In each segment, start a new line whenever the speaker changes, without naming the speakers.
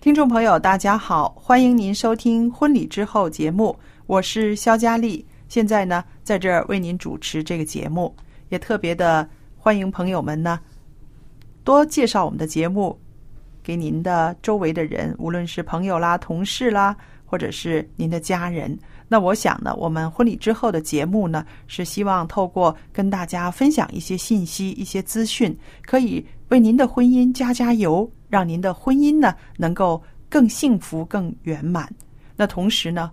听众朋友，大家好，欢迎您收听《婚礼之后》节目，我是肖佳丽。现在呢，在这儿为您主持这个节目，也特别的欢迎朋友们呢，多介绍我们的节目给您的周围的人，无论是朋友啦、同事啦，或者是您的家人。那我想呢，我们婚礼之后的节目呢，是希望透过跟大家分享一些信息、一些资讯，可以为您的婚姻加加油，让您的婚姻呢能够更幸福、更圆满。那同时呢，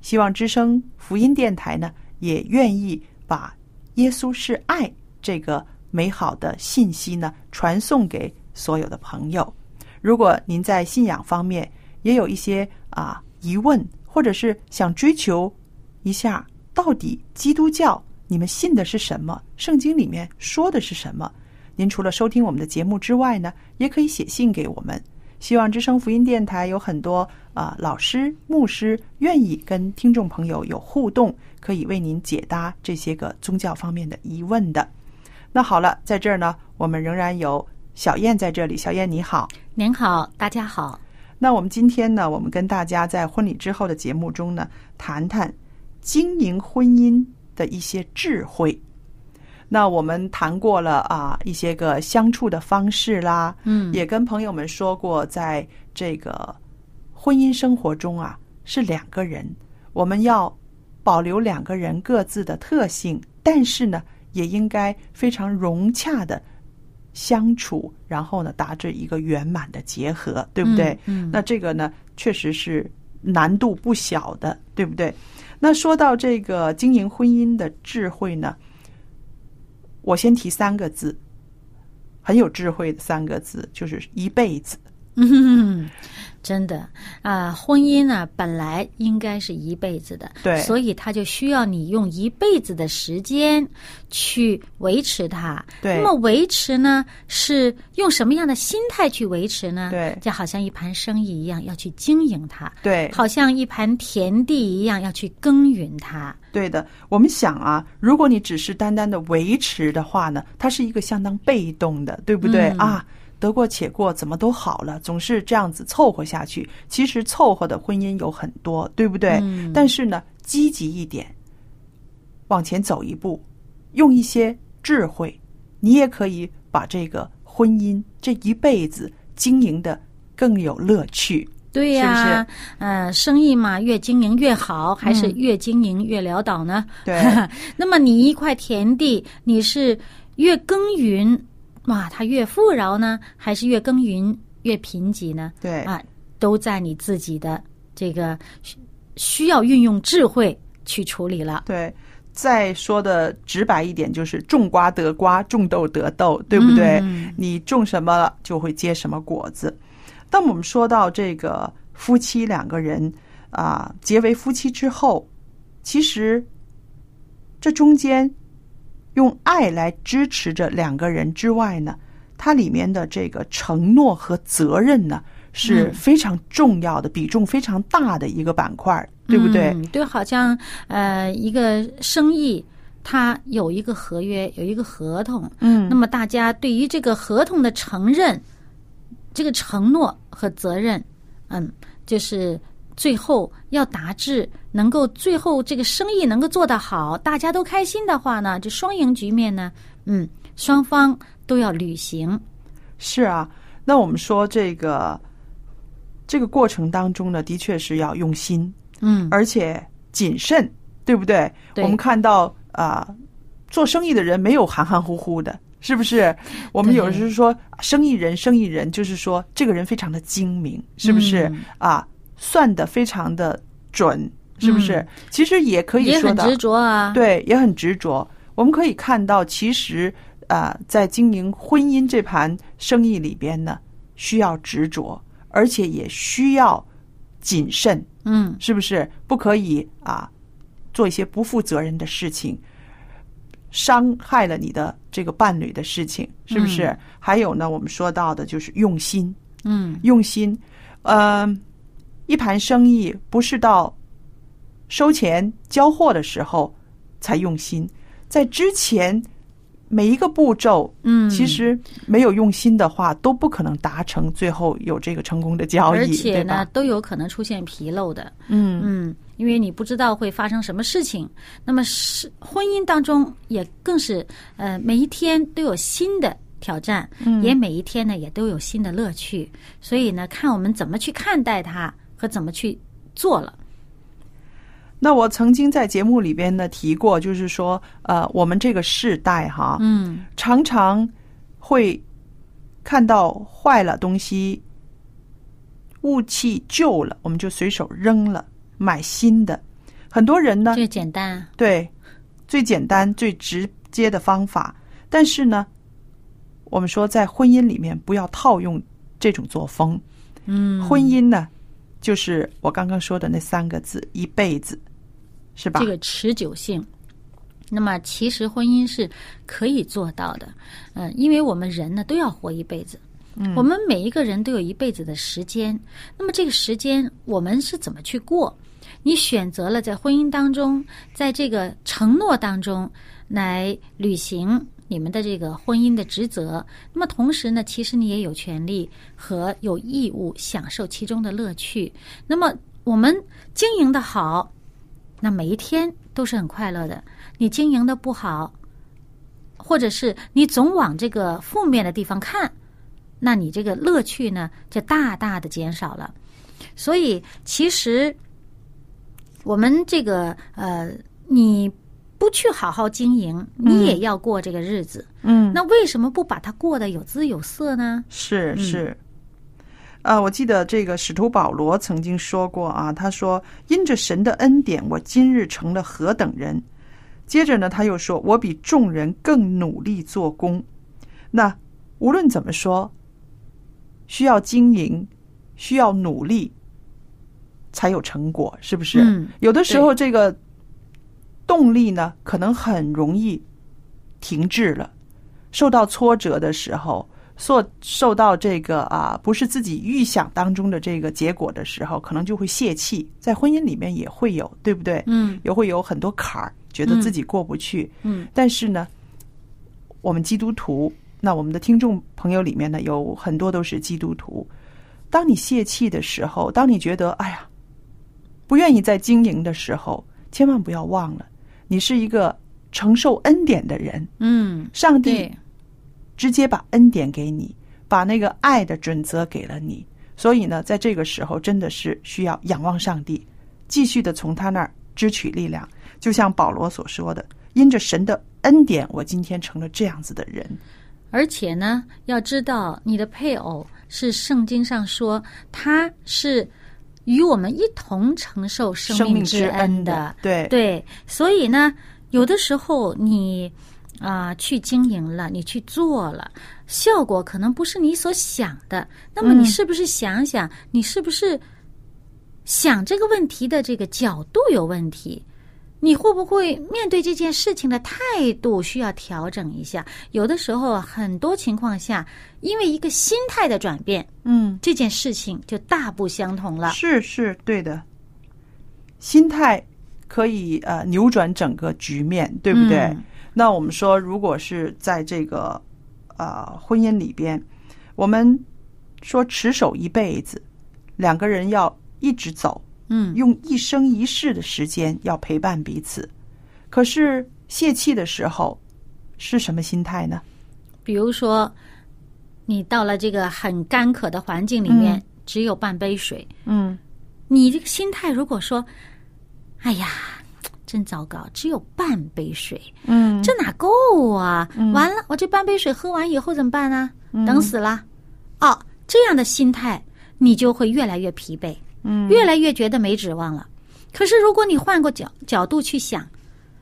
希望之声福音电台呢也愿意把耶稣是爱这个美好的信息呢传送给所有的朋友。如果您在信仰方面也有一些啊疑问，或者是想追求一下到底基督教你们信的是什么，圣经里面说的是什么，您除了收听我们的节目之外呢，也可以写信给我们。希望之声福音电台有很多啊、老师、牧师愿意跟听众朋友有互动，可以为您解答这些个宗教方面的疑问的。那好了，在这儿呢，我们仍然有小燕在这里。小燕你好，
您好，大家好。
那我们今天呢，我们跟大家在婚礼之后的节目中呢，谈谈经营婚姻的一些智慧。那我们谈过了啊，一些个相处的方式啦，
嗯，
也跟朋友们说过，在这个婚姻生活中啊，是两个人，我们要保留两个人各自的特性，但是呢，也应该非常融洽的相处，然后呢，达至一个圆满的结合，对不对？
嗯，嗯
那这个呢，确实是难度不小的，对不对？那说到这个经营婚姻的智慧呢，我先提三个字，很有智慧的三个字，就是一辈子。
嗯， 真的啊、婚姻呢、本来应该是一辈子的，
对
所以它就需要你用一辈子的时间去维持它。
对
那么维持呢，是用什么样的心态去维持呢？
对
就好像一盘生意一样，要去经营它；
对，
好像一盘田地一样，要去耕耘它。
对的。我们想啊，如果你只是单单的维持的话呢，它是一个相当被动的，对不对、
嗯
啊？得过且过，怎么都好了，总是这样子凑合下去。其实凑合的婚姻有很多，对不对？
嗯
但是呢，积极一点，往前走一步，用一些智慧，你也可以把这个婚姻这一辈子经营的更有乐趣。
对
是不
呀、
是嗯
呃，生意嘛，越经营越好，还是越经营越潦倒呢？
对
那么你一块田地，你是越耕耘，哇，它越富饶呢，还是越耕耘越贫瘠呢？
对，
啊，都在你自己的这个需需要运用智慧去处理了。
对，再说的直白一点，就是种瓜得瓜，种豆得豆，对不对？
嗯
你种什么了就会结什么果子。当我们说到这个夫妻两个人啊、结为夫妻之后，其实这中间用爱来支持着两个人之外呢，它里面的这个承诺和责任呢，是非常重要的、比重非常大的一个板块儿，对不对？
嗯对，好像呃，一个生意它有一个合约，有一个合同，
嗯
那么大家对于这个合同的承认、这个承诺和责任，嗯，就是最后要达至能够最后这个生意能够做得好，大家都开心的话呢，这双赢局面呢，嗯，双方都要履行。
是啊，那我们说这个这个过程当中呢，的确是要用心，
嗯，
而且谨慎，对不对？
对
我们看到啊、做生意的人没有含含糊糊的，是不是？我们
对
有时候说生意人，生意人就是说这个人非常的精明，是不是？
嗯
啊，算的非常的准，是不是？其实也可以
嗯也
说
很
到，
执着啊。
对，也很执着。我们可以看到，其实啊、呃在经营婚姻这盘生意里边呢，需要执着，而且也需要谨慎，
嗯，
是不是？不可以啊，做一些不负责任的事情，伤害了你的这个伴侣的事情，是不是？还有呢，我们说到的就是用心，
嗯，
用心，呃，一盘生意不是到收钱交货的时候才用心，在之前每一个步骤，
嗯
其实没有用心的话，都不可能达成最后有这个成功的交易，
而且
对
呢
吧？，
都有可能出现纰漏的。
嗯，
嗯，因为你不知道会发生什么事情。那么是婚姻当中也更是呃，每一天都有新的挑战，也每一天呢也都有新的乐趣。所以呢，看我们怎么去看待它和怎么去做了。
那我曾经在节目里边呢提过，就是说，呃，我们这个世代哈，
嗯
常常会看到坏了东西，物气旧了，我们就随手扔了，买新的。很多人呢，
这个简单啊。
对最简单、最直接的方法，但是呢，我们说在婚姻里面不要套用这种作风。
嗯，
婚姻呢，就是我刚刚说的那三个字，一辈子，是吧？
这个持久性。那么，其实婚姻是可以做到的，嗯、因为我们人呢都要活一辈子，嗯，我们每一个人都有一辈子的时间。那么，这个时间我们是怎么去过？你选择了在婚姻当中，在这个承诺当中来履行你们的这个婚姻的职责。那么同时呢，其实你也有权利和有义务享受其中的乐趣。那么我们经营的好，那每一天都是很快乐的。你经营的不好，或者是你总往这个负面的地方看，那你这个乐趣呢就大大的减少了。所以其实我们这个呃，你不去好好经营，你也要过这个日子。
嗯，
那为什么不把它过得有滋有色呢？
是是，呃，我记得这个使徒保罗曾经说过啊，他说：“因着神的恩典，我今日成了何等人。”接着呢，他又说：“我比众人更努力做工。”那无论怎么说，需要经营，需要努力，才有成果，是不是？
嗯
有的时候这个动力呢，可能很容易停滞了。受到挫折的时候，受受到这个啊，不是自己预想当中的这个结果的时候，可能就会泄气。在婚姻里面也会有，对不对？
嗯
也会有很多坎儿，觉得自己过不去。
嗯
但是呢，我们基督徒，那我们的听众朋友里面呢，有很多都是基督徒。当你泄气的时候，当你觉得哎呀，不愿意再经营的时候，千万不要忘了，你是一个承受恩典的人，
嗯，
上帝
对，
直接把恩典给你，把那个爱的准则给了你。所以呢，在这个时候，真的是需要仰望上帝，继续的从他那儿支取力量。就像保罗所说的：“因着神的恩典，我今天成了这样子的人。
而且呢，要知道你的配偶是圣经上说他是与我们一同承受
生
生
命
命之
之
恩
恩
的。
对
对，所以呢，有的时候你啊、去经营了，你去做了，效果可能不是你所想的。那么你是不是想想，你是不是想这个问题的这个角度有问题？你会不会面对这件事情的态度需要调整一下？有的时候啊，很多情况下，因为一个心态的转变，
嗯，
这件事情就大不相同了。
是是对的，心态可以呃扭转整个局面，对不对？
嗯
那我们说，如果是在这个呃婚姻里边，我们说持守一辈子，两个人要一直走，
嗯
用一生一世的时间要陪伴彼此。可是泄气的时候是什么心态呢？
比如说，你到了这个很干渴的环境里面，
嗯
只有半杯水，
嗯，
你这个心态如果说，哎呀，真糟糕，只有半杯水，
嗯，
这哪够啊？完了，我这半杯水喝完以后怎么办呢、
嗯
等死了。哦，这样的心态，你就会越来越疲惫，
嗯，
越来越觉得没指望了。可是如果你换个角角度去想，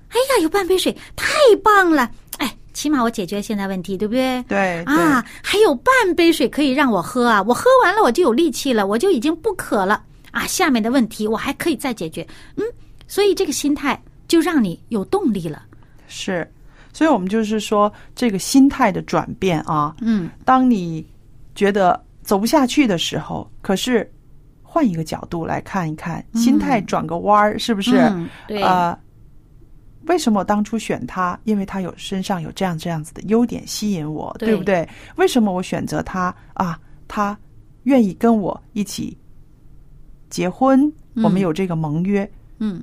哎呀，有半杯水太棒了，哎，起码我解决现在问题，对不对？
对哎对
啊，还有半杯水可以让我喝啊！我喝完了我就有力气了，我就已经不渴了啊！下面的问题我还可以再解决，嗯，所以这个心态就让你有动力了，
是，所以我们就是说这个心态的转变啊，
嗯
当你觉得走不下去的时候，可是换一个角度来看一看，心态转个弯儿，是不是？
嗯对
呃，为什么我当初选他？因为他有身上有这样这样子的优点吸引我，
对
不对？为什么我选择他啊？他愿意跟我一起结婚，我们
嗯
有这个盟约。
嗯，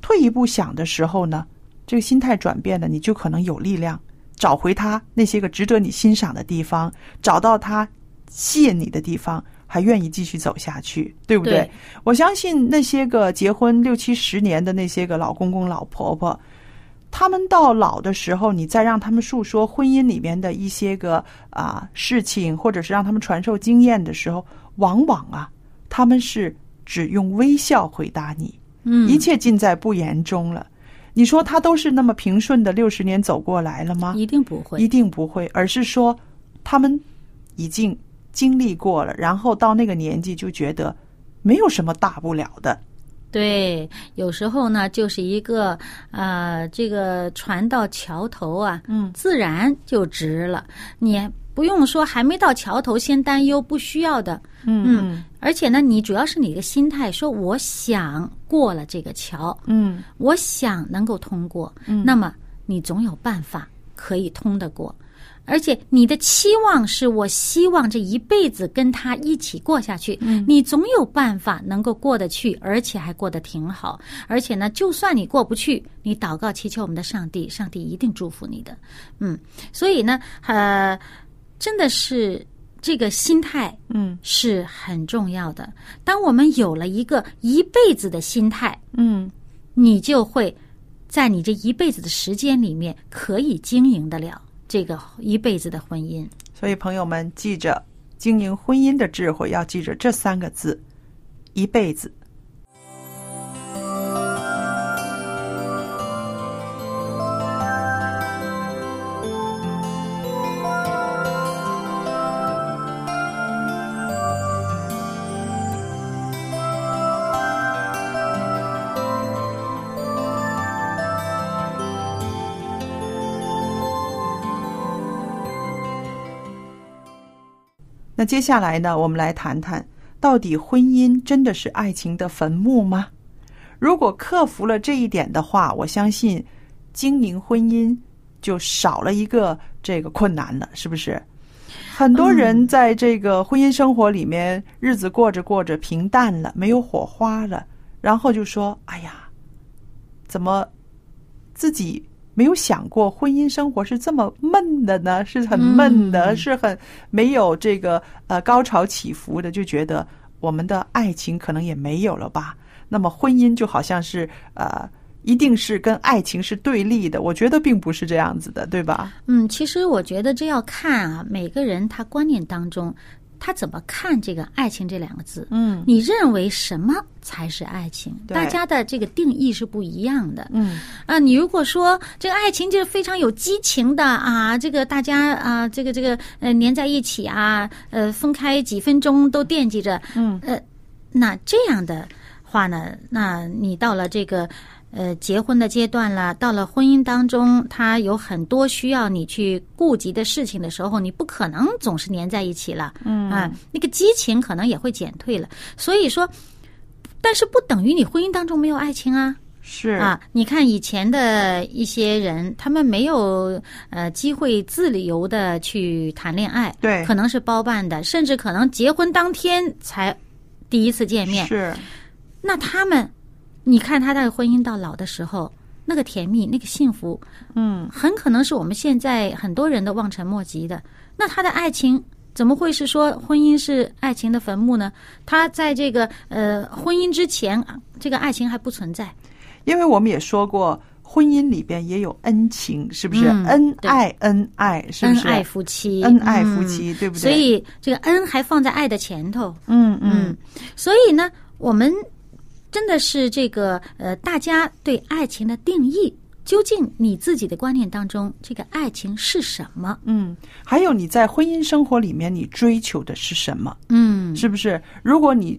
退一步想的时候呢，这个心态转变了，你就可能有力量找回他那些个值得你欣赏的地方，找到他吸引你的地方，还愿意继续走下去，对不对？
对
我相信那些个结婚六七十年的那些个老公公、老婆婆。他们到老的时候，你再让他们述说婚姻里面的一些个啊、事情，或者是让他们传授经验的时候，往往啊，他们是只用微笑回答你，
嗯
一切尽在不言中了。你说他都是那么平顺的六十年走过来了吗？
一定不
一
会，
定不会，而是说他们已经经历过了，然后到那个年纪就觉得没有什么大不了的。
对，有时候呢就是一个呃，这个船到桥头啊，
嗯，
自然就直了，你不用说还没到桥头先担忧，不需要的，
嗯
而且呢，你主要是你的心态，说我想过了这个桥，
嗯
我想能够通过，那么你总有办法可以通得过。而且你的期望是我希望这一辈子跟他一起过下去，你总有办法能够过得去，而且还过得挺好。而且呢，就算你过不去，你祷告祈求我们的上帝，上帝一定祝福你的。嗯，所以呢，呃，真的是这个心态
嗯
是很重要的。当我们有了一个一辈子的心态，
嗯，
你就会在你这一辈子的时间里面可以经营得了这个一辈子的婚姻。
所以朋友们记着，经营婚姻的智慧要记着这三个字：一辈子。那接下来呢，我们来谈谈，到底婚姻真的是爱情的坟墓吗？如果克服了这一点的话，我相信经营婚姻就少了一个这个困难了，是不是？很多
嗯
人在这个婚姻生活里面，日子过着过着平淡了，没有火花了，然后就说：“哎呀，怎么自己没有想过婚姻生活是这么闷的呢？是很闷的，
嗯
是很没有这个呃高潮起伏的，就觉得我们的爱情可能也没有了吧？那么婚姻就好像是呃，一定是跟爱情是对立的，我觉得并不是这样子的，对吧？
嗯，其实我觉得这要看啊，每个人他观念当中他怎么看这个“爱情”这两个字。
嗯
你认为什么才是爱情？
对
大家的这个定义是不一样的。
嗯
啊，你如果说这个爱情就是非常有激情的啊，这个大家啊，这个这个呃粘在一起啊，呃分开几分钟都惦记着，
嗯
呃，那这样的话呢，那你到了这个呃结婚的阶段了，到了婚姻当中，他有很多需要你去顾及的事情的时候，你不可能总是粘在一起了，嗯啊，那个激情可能也会减退了。所以说，但是不等于你婚姻当中没有爱情啊。
是
啊，你看以前的一些人，他们没有呃机会自由的去谈恋爱，
对
可能是包办的，甚至可能结婚当天才第一次见面。
是，
那他们，你看他的婚姻到老的时候，那个甜蜜，那个幸福，
嗯，
很可能是我们现在很多人都望尘莫及的。那他的爱情怎么会是说婚姻是爱情的坟墓呢？他在这个呃婚姻之前，这个爱情还不存在。
因为我们也说过，婚姻里边也有恩情，是不是？
嗯
恩
对
爱，恩爱，是不
恩
是？
爱夫妻，
恩爱夫
嗯
妻对不对
所以这个恩还放在爱的前头，
嗯嗯，
嗯，所以呢，我们真的是这个呃，大家对爱情的定义，究竟你自己的观念当中，这个爱情是什么？
嗯，还有你在婚姻生活里面，你追求的是什么？
嗯，
是不是？如果你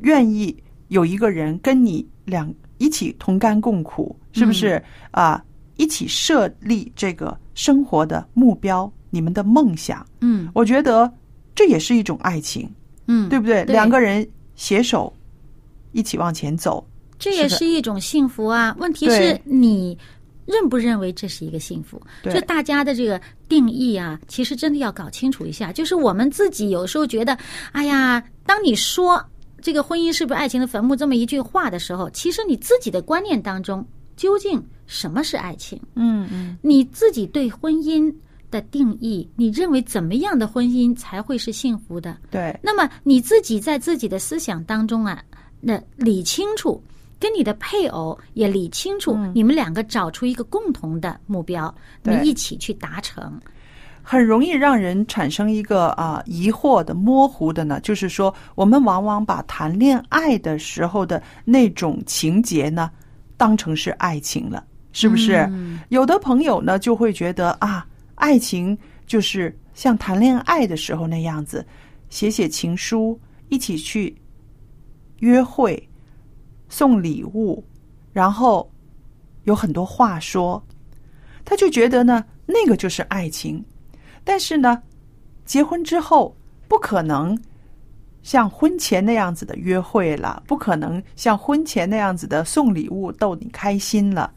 愿意有一个人跟你两一起同甘共苦，是
嗯
不是啊？一起设立这个生活的目标，你们的梦想，
嗯
我觉得这也是一种爱情，
嗯，
对不对？
对
两个人携手一起往前走，
这也
是的
是一种幸福啊。问题是
对
你认不认为这是一个幸福？
对
就大家的这个定义啊，其实真的要搞清楚一下。就是我们自己有时候觉得，哎呀，当你说这个婚姻是不是爱情的坟墓这么一句话的时候，其实你自己的观念当中究竟什么是爱情？
嗯嗯，
你自己对婚姻的定义，你认为怎么样的婚姻才会是幸福的？
对，
那么你自己在自己的思想当中啊，那理清楚，跟你的配偶也理清楚，你们两个找出一个共同的目标，你
嗯对
们一起去达成。
很容易让人产生一个啊疑惑的、模糊的呢，就是说，我们往往把谈恋爱的时候的那种情节呢，当成是爱情了，是不是？
嗯
有的朋友呢就会觉得啊，爱情就是像谈恋爱的时候那样子，写写情书，一起去约会，送礼物，然后有很多话说，他就觉得呢，那个就是爱情。但是呢，结婚之后不可能像婚前那样子的约会了，不可能像婚前那样子的送礼物逗你开心了，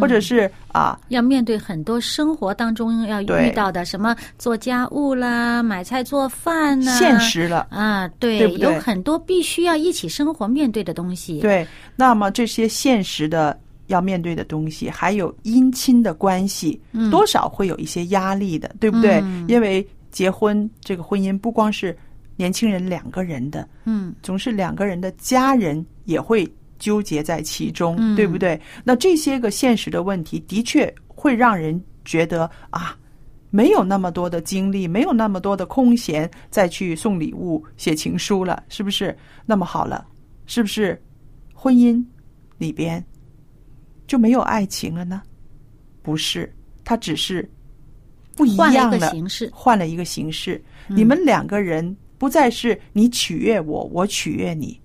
或者是啊，
要面对很多生活当中要
对
遇到的什么做家务啦、买菜做饭呐、
现实了。
啊，对，
对不对
有很多必须要一起生活面对的东西。，
对，那么这些现实的要面对的东西，还有姻亲的关系，多少会有一些压力的，对不对？因为结婚这个婚姻不光是年轻人两个人的，
嗯
总是两个人的家人也会纠结在其中，
嗯
对不对？那这些个现实的问题，的确会让人觉得啊，没有那么多的精力，没有那么多的空闲再去送礼物、写情书了，是不是？那么好了，是不是婚姻里边就没有爱情了呢？不是，它只是不一
换
样
了一个
了
形式。
换了一个形式。
嗯
你们两个人不再是你取悦我，我取悦你，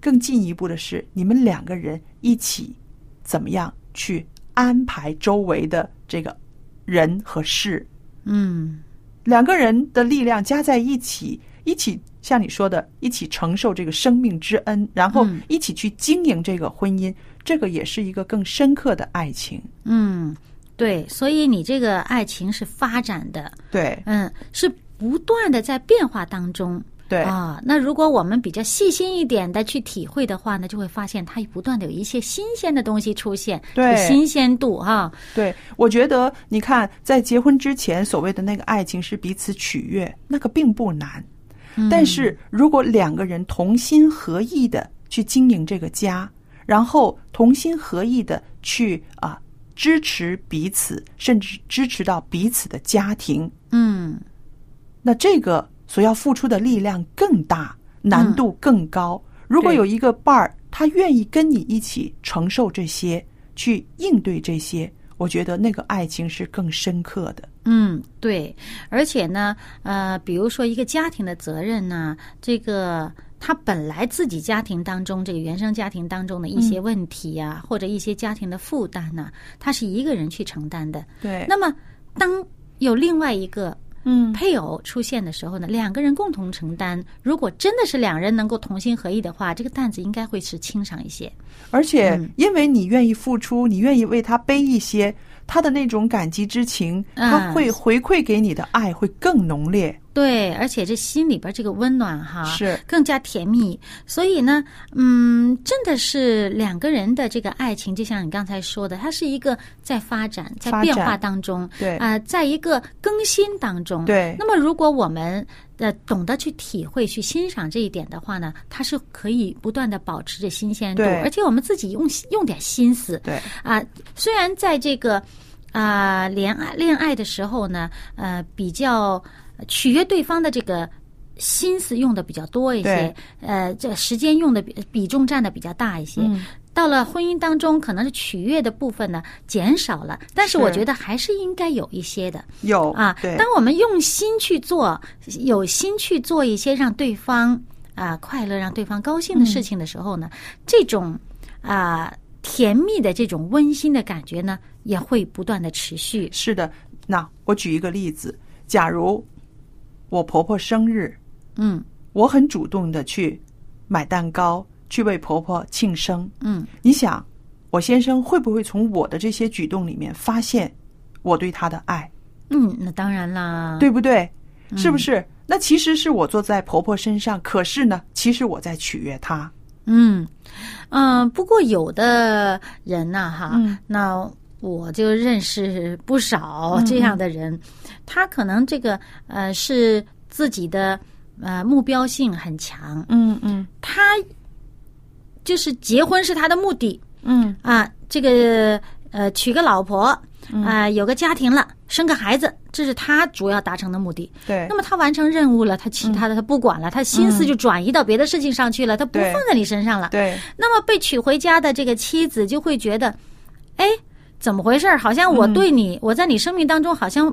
更进一步的是，你们两个人一起怎么样去安排周围的这个人和事，
嗯
两个人的力量加在一起，一起像你说的，一起承受这个生命之恩，然后
嗯
一起去经营这个婚姻，这个也是一个更深刻的爱情。
嗯，对，所以你这个爱情是发展的，
对
嗯，是不断的在变化当中。
对，
啊，那如果我们比较细心一点的去体会的话呢，就会发现它不断的有一些新鲜的东西出现，
对
这个新鲜度哈、
对，我觉得你看，在结婚之前，所谓的那个爱情是彼此取悦，那个并不难。但是如果两个人同心合意的去经营这个家，然后同心合意的去啊支持彼此，甚至支持到彼此的家庭，
嗯，
那这个所要付出的力量更大，难度更高。
嗯
如果
对
有一个伴儿，他愿意跟你一起承受这些，去应对这些，我觉得那个爱情是更深刻的。
嗯，对，而且呢，呃，比如说一个家庭的责任呢，这个他本来自己家庭当中这个原生家庭当中的一
嗯
些问题呀、或者一些家庭的负担呐、他是一个人去承担的。
对，
那么，当有另外一个
嗯
配偶出现的时候呢，两个人共同承担。如果真的是两人能够同心合意的话，这个担子应该会是轻上一些。
而且因为你愿意付出，你愿意为他背一些，他的那种感激之情，
嗯
他会回馈给你的爱会更浓烈。
对，而且这心里边这个温暖哈，
是
更加甜蜜。所以呢，嗯，真的是两个人的这个爱情，就像你刚才说的，它是一个在发展、在
发
变
展
化当中，
对
啊、在一个更新当中。
对
那么，如果我们呃懂得去体会、去欣赏这一点的话呢，它是可以不断的保持着新鲜度
对，
而且我们自己用用点心思，
对，
啊、虽然在这个啊恋爱恋爱的时候呢，呃，比较取悦对方的这个。心思用的比较多一些
对，
呃，这时间用的比比重占的比较大一些。
嗯
到了婚姻当中，可能是取悦的部分呢减少了，但是我
是
觉得还是应该有一些的。
有
啊，
对
当我们用心去做，有心去做一些让对方啊、快乐、让对方高兴的事情的时候呢，这种啊、甜蜜的这种温馨的感觉呢，也会不断的持续。
是的。那我举一个例子，假如我婆婆生日，
嗯
我很主动的去买蛋糕，去为婆婆庆生。
嗯，
你想，我先生会不会从我的这些举动里面发现我对他的爱？
嗯，那当然啦。
对不对？是不是？那其实是我坐在婆婆身上，可是呢，其实我在取悦她。
嗯嗯、呃不过有的人呐、哈，
嗯
那我就认识不少
嗯
这样的人，他可能这个呃是自己的呃目标性很强，
嗯嗯
他就是结婚是他的目的
嗯，
啊，这个呃娶个老婆啊、
嗯
有个家庭了，生个孩子，这是他主要达成的目的。
对嗯
那么他完成任务了，他其他的他不管了，他心思就转移到别的事情上去了，他不
对
放在你身上了。
对
那么被娶回家的这个妻子就会觉得，哎，怎么回事儿？好像
嗯
我对你，我在你生命当中好像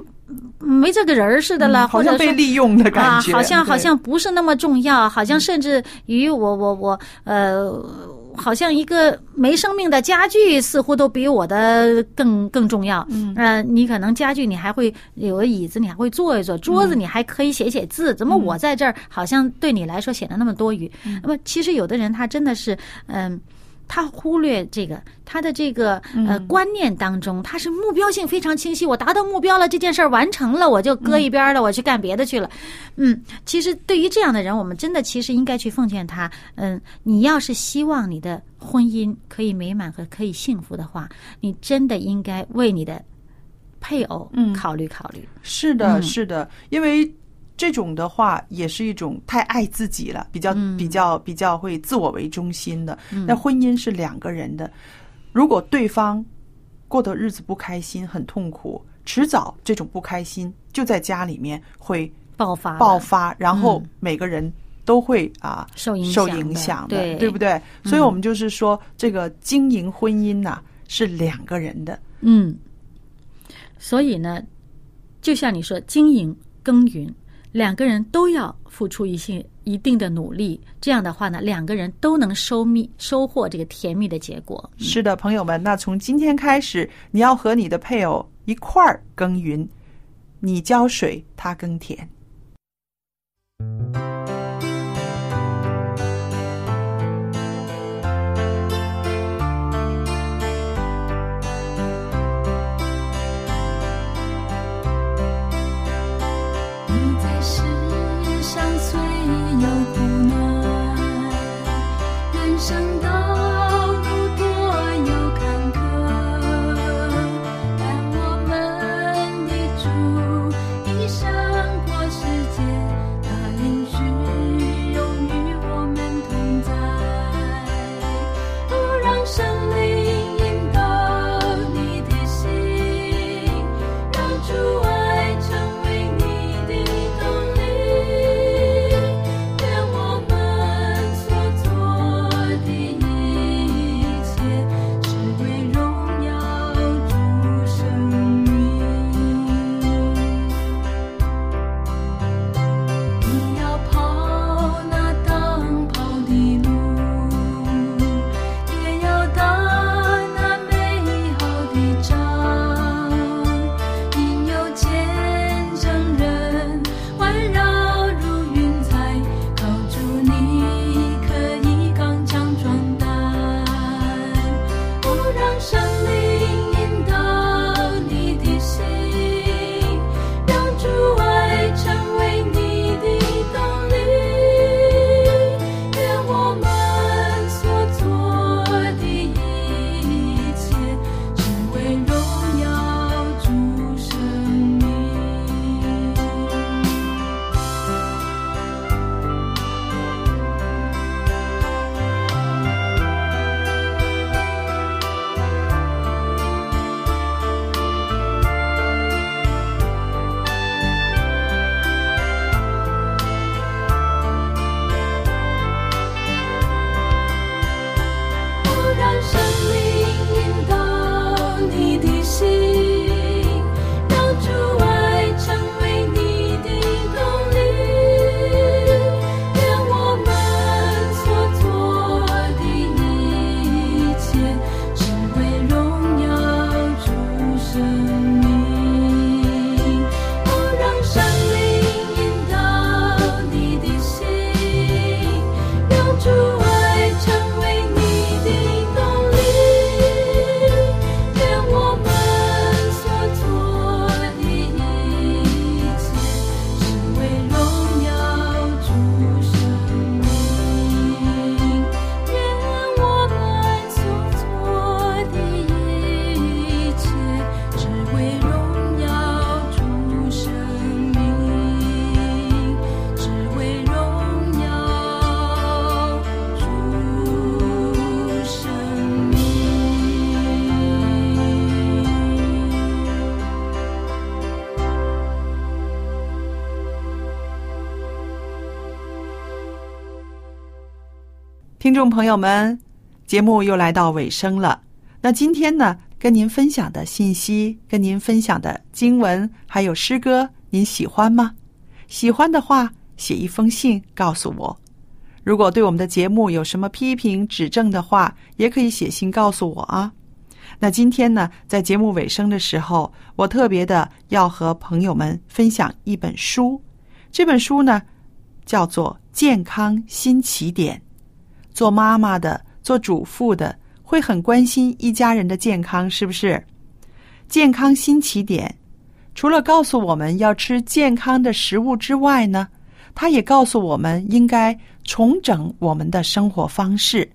嗯没这个人儿似的了，
嗯好
或者
像
说
被利用的感觉，
啊，好像好
对嗯
像不是那么重要，好像甚至于我我我呃，好像一个没生命的家具似乎都比我的更更重要。嗯，呃，你可能家具你还会有个椅子，你还会坐一坐，桌
嗯
子你还可以写写字，怎么我在这儿好像对你来说显得那么多余？
嗯
那么其实有的人他真的是嗯。他忽略这个，他的这个呃
嗯
观念当中，他是目标性非常清晰。我达到目标了，这件事儿完成了，我就搁
嗯
一边儿了，我去干别的去了。嗯，其实对于这样的人，我们真的其实应该去奉劝他，嗯，你要是希望你的婚姻可以美满和可以幸福的话，你真的应该为你的配偶
嗯
考虑考虑。
是的，
嗯
是的，因为这种的话也是一种太爱自己了，比较、
嗯
比较比较会自我为中心的。那婚姻是两个人的，如果对方过的日子不开心、很痛苦，迟早这种不开心就在家里面会
爆发了，
爆发，然后每个人都会啊、
嗯受影
受
响的
影响的，
对嗯
不对？所以我们就是说，这个经营婚姻呐、是两个人的，
嗯，所以呢，就像你说，经营耕耘，两个人都要付出一些一定的努力，这样的话呢，两个人都能收蜜收获这个甜蜜的结果。
是的，朋友们，那从今天开始，你要和你的配偶一块儿耕耘，你浇水，他耕田。
你在世上虽有苦难，人生道路多有坎坷，但我们的主已胜过世界，他允许永与我们同在，不让生灵引导你的心。让主爱成为你的动力，愿我们所做的
听众朋友们，节目又来到尾声了。那今天呢，跟您分享的信息、跟您分享的经文还有诗歌，您喜欢吗？喜欢的话，写一封信告诉我。如果对我们的节目有什么批评指正的话，也可以写信告诉我啊。那今天呢，在节目尾声的时候，我特别的要和朋友们分享一本书，这本书呢叫做《健康新起点》。做妈妈的、做主妇的，会很关心一家人的健康，是不是？健康新起点，除了告诉我们要吃健康的食物之外呢，它也告诉我们应该重整我们的生活方式。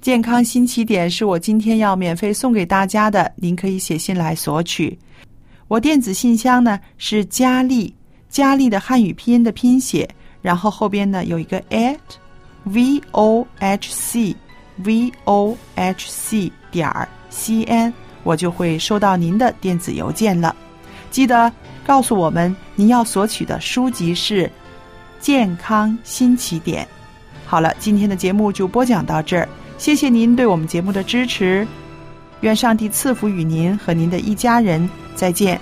健康新起点是我今天要免费送给大家的，您可以写信来索取。我电子信箱呢是佳丽，佳丽的汉语拼音的拼写，然后后边呢有一个 at。v o h c v o h c 点儿 c n，我就会收到您的电子邮件了。记得告诉我们您要索取的书籍是《健康新起点》。好了，今天的节目就播讲到这儿，谢谢您对我们节目的支持，愿上帝赐福与您和您的一家人，再见。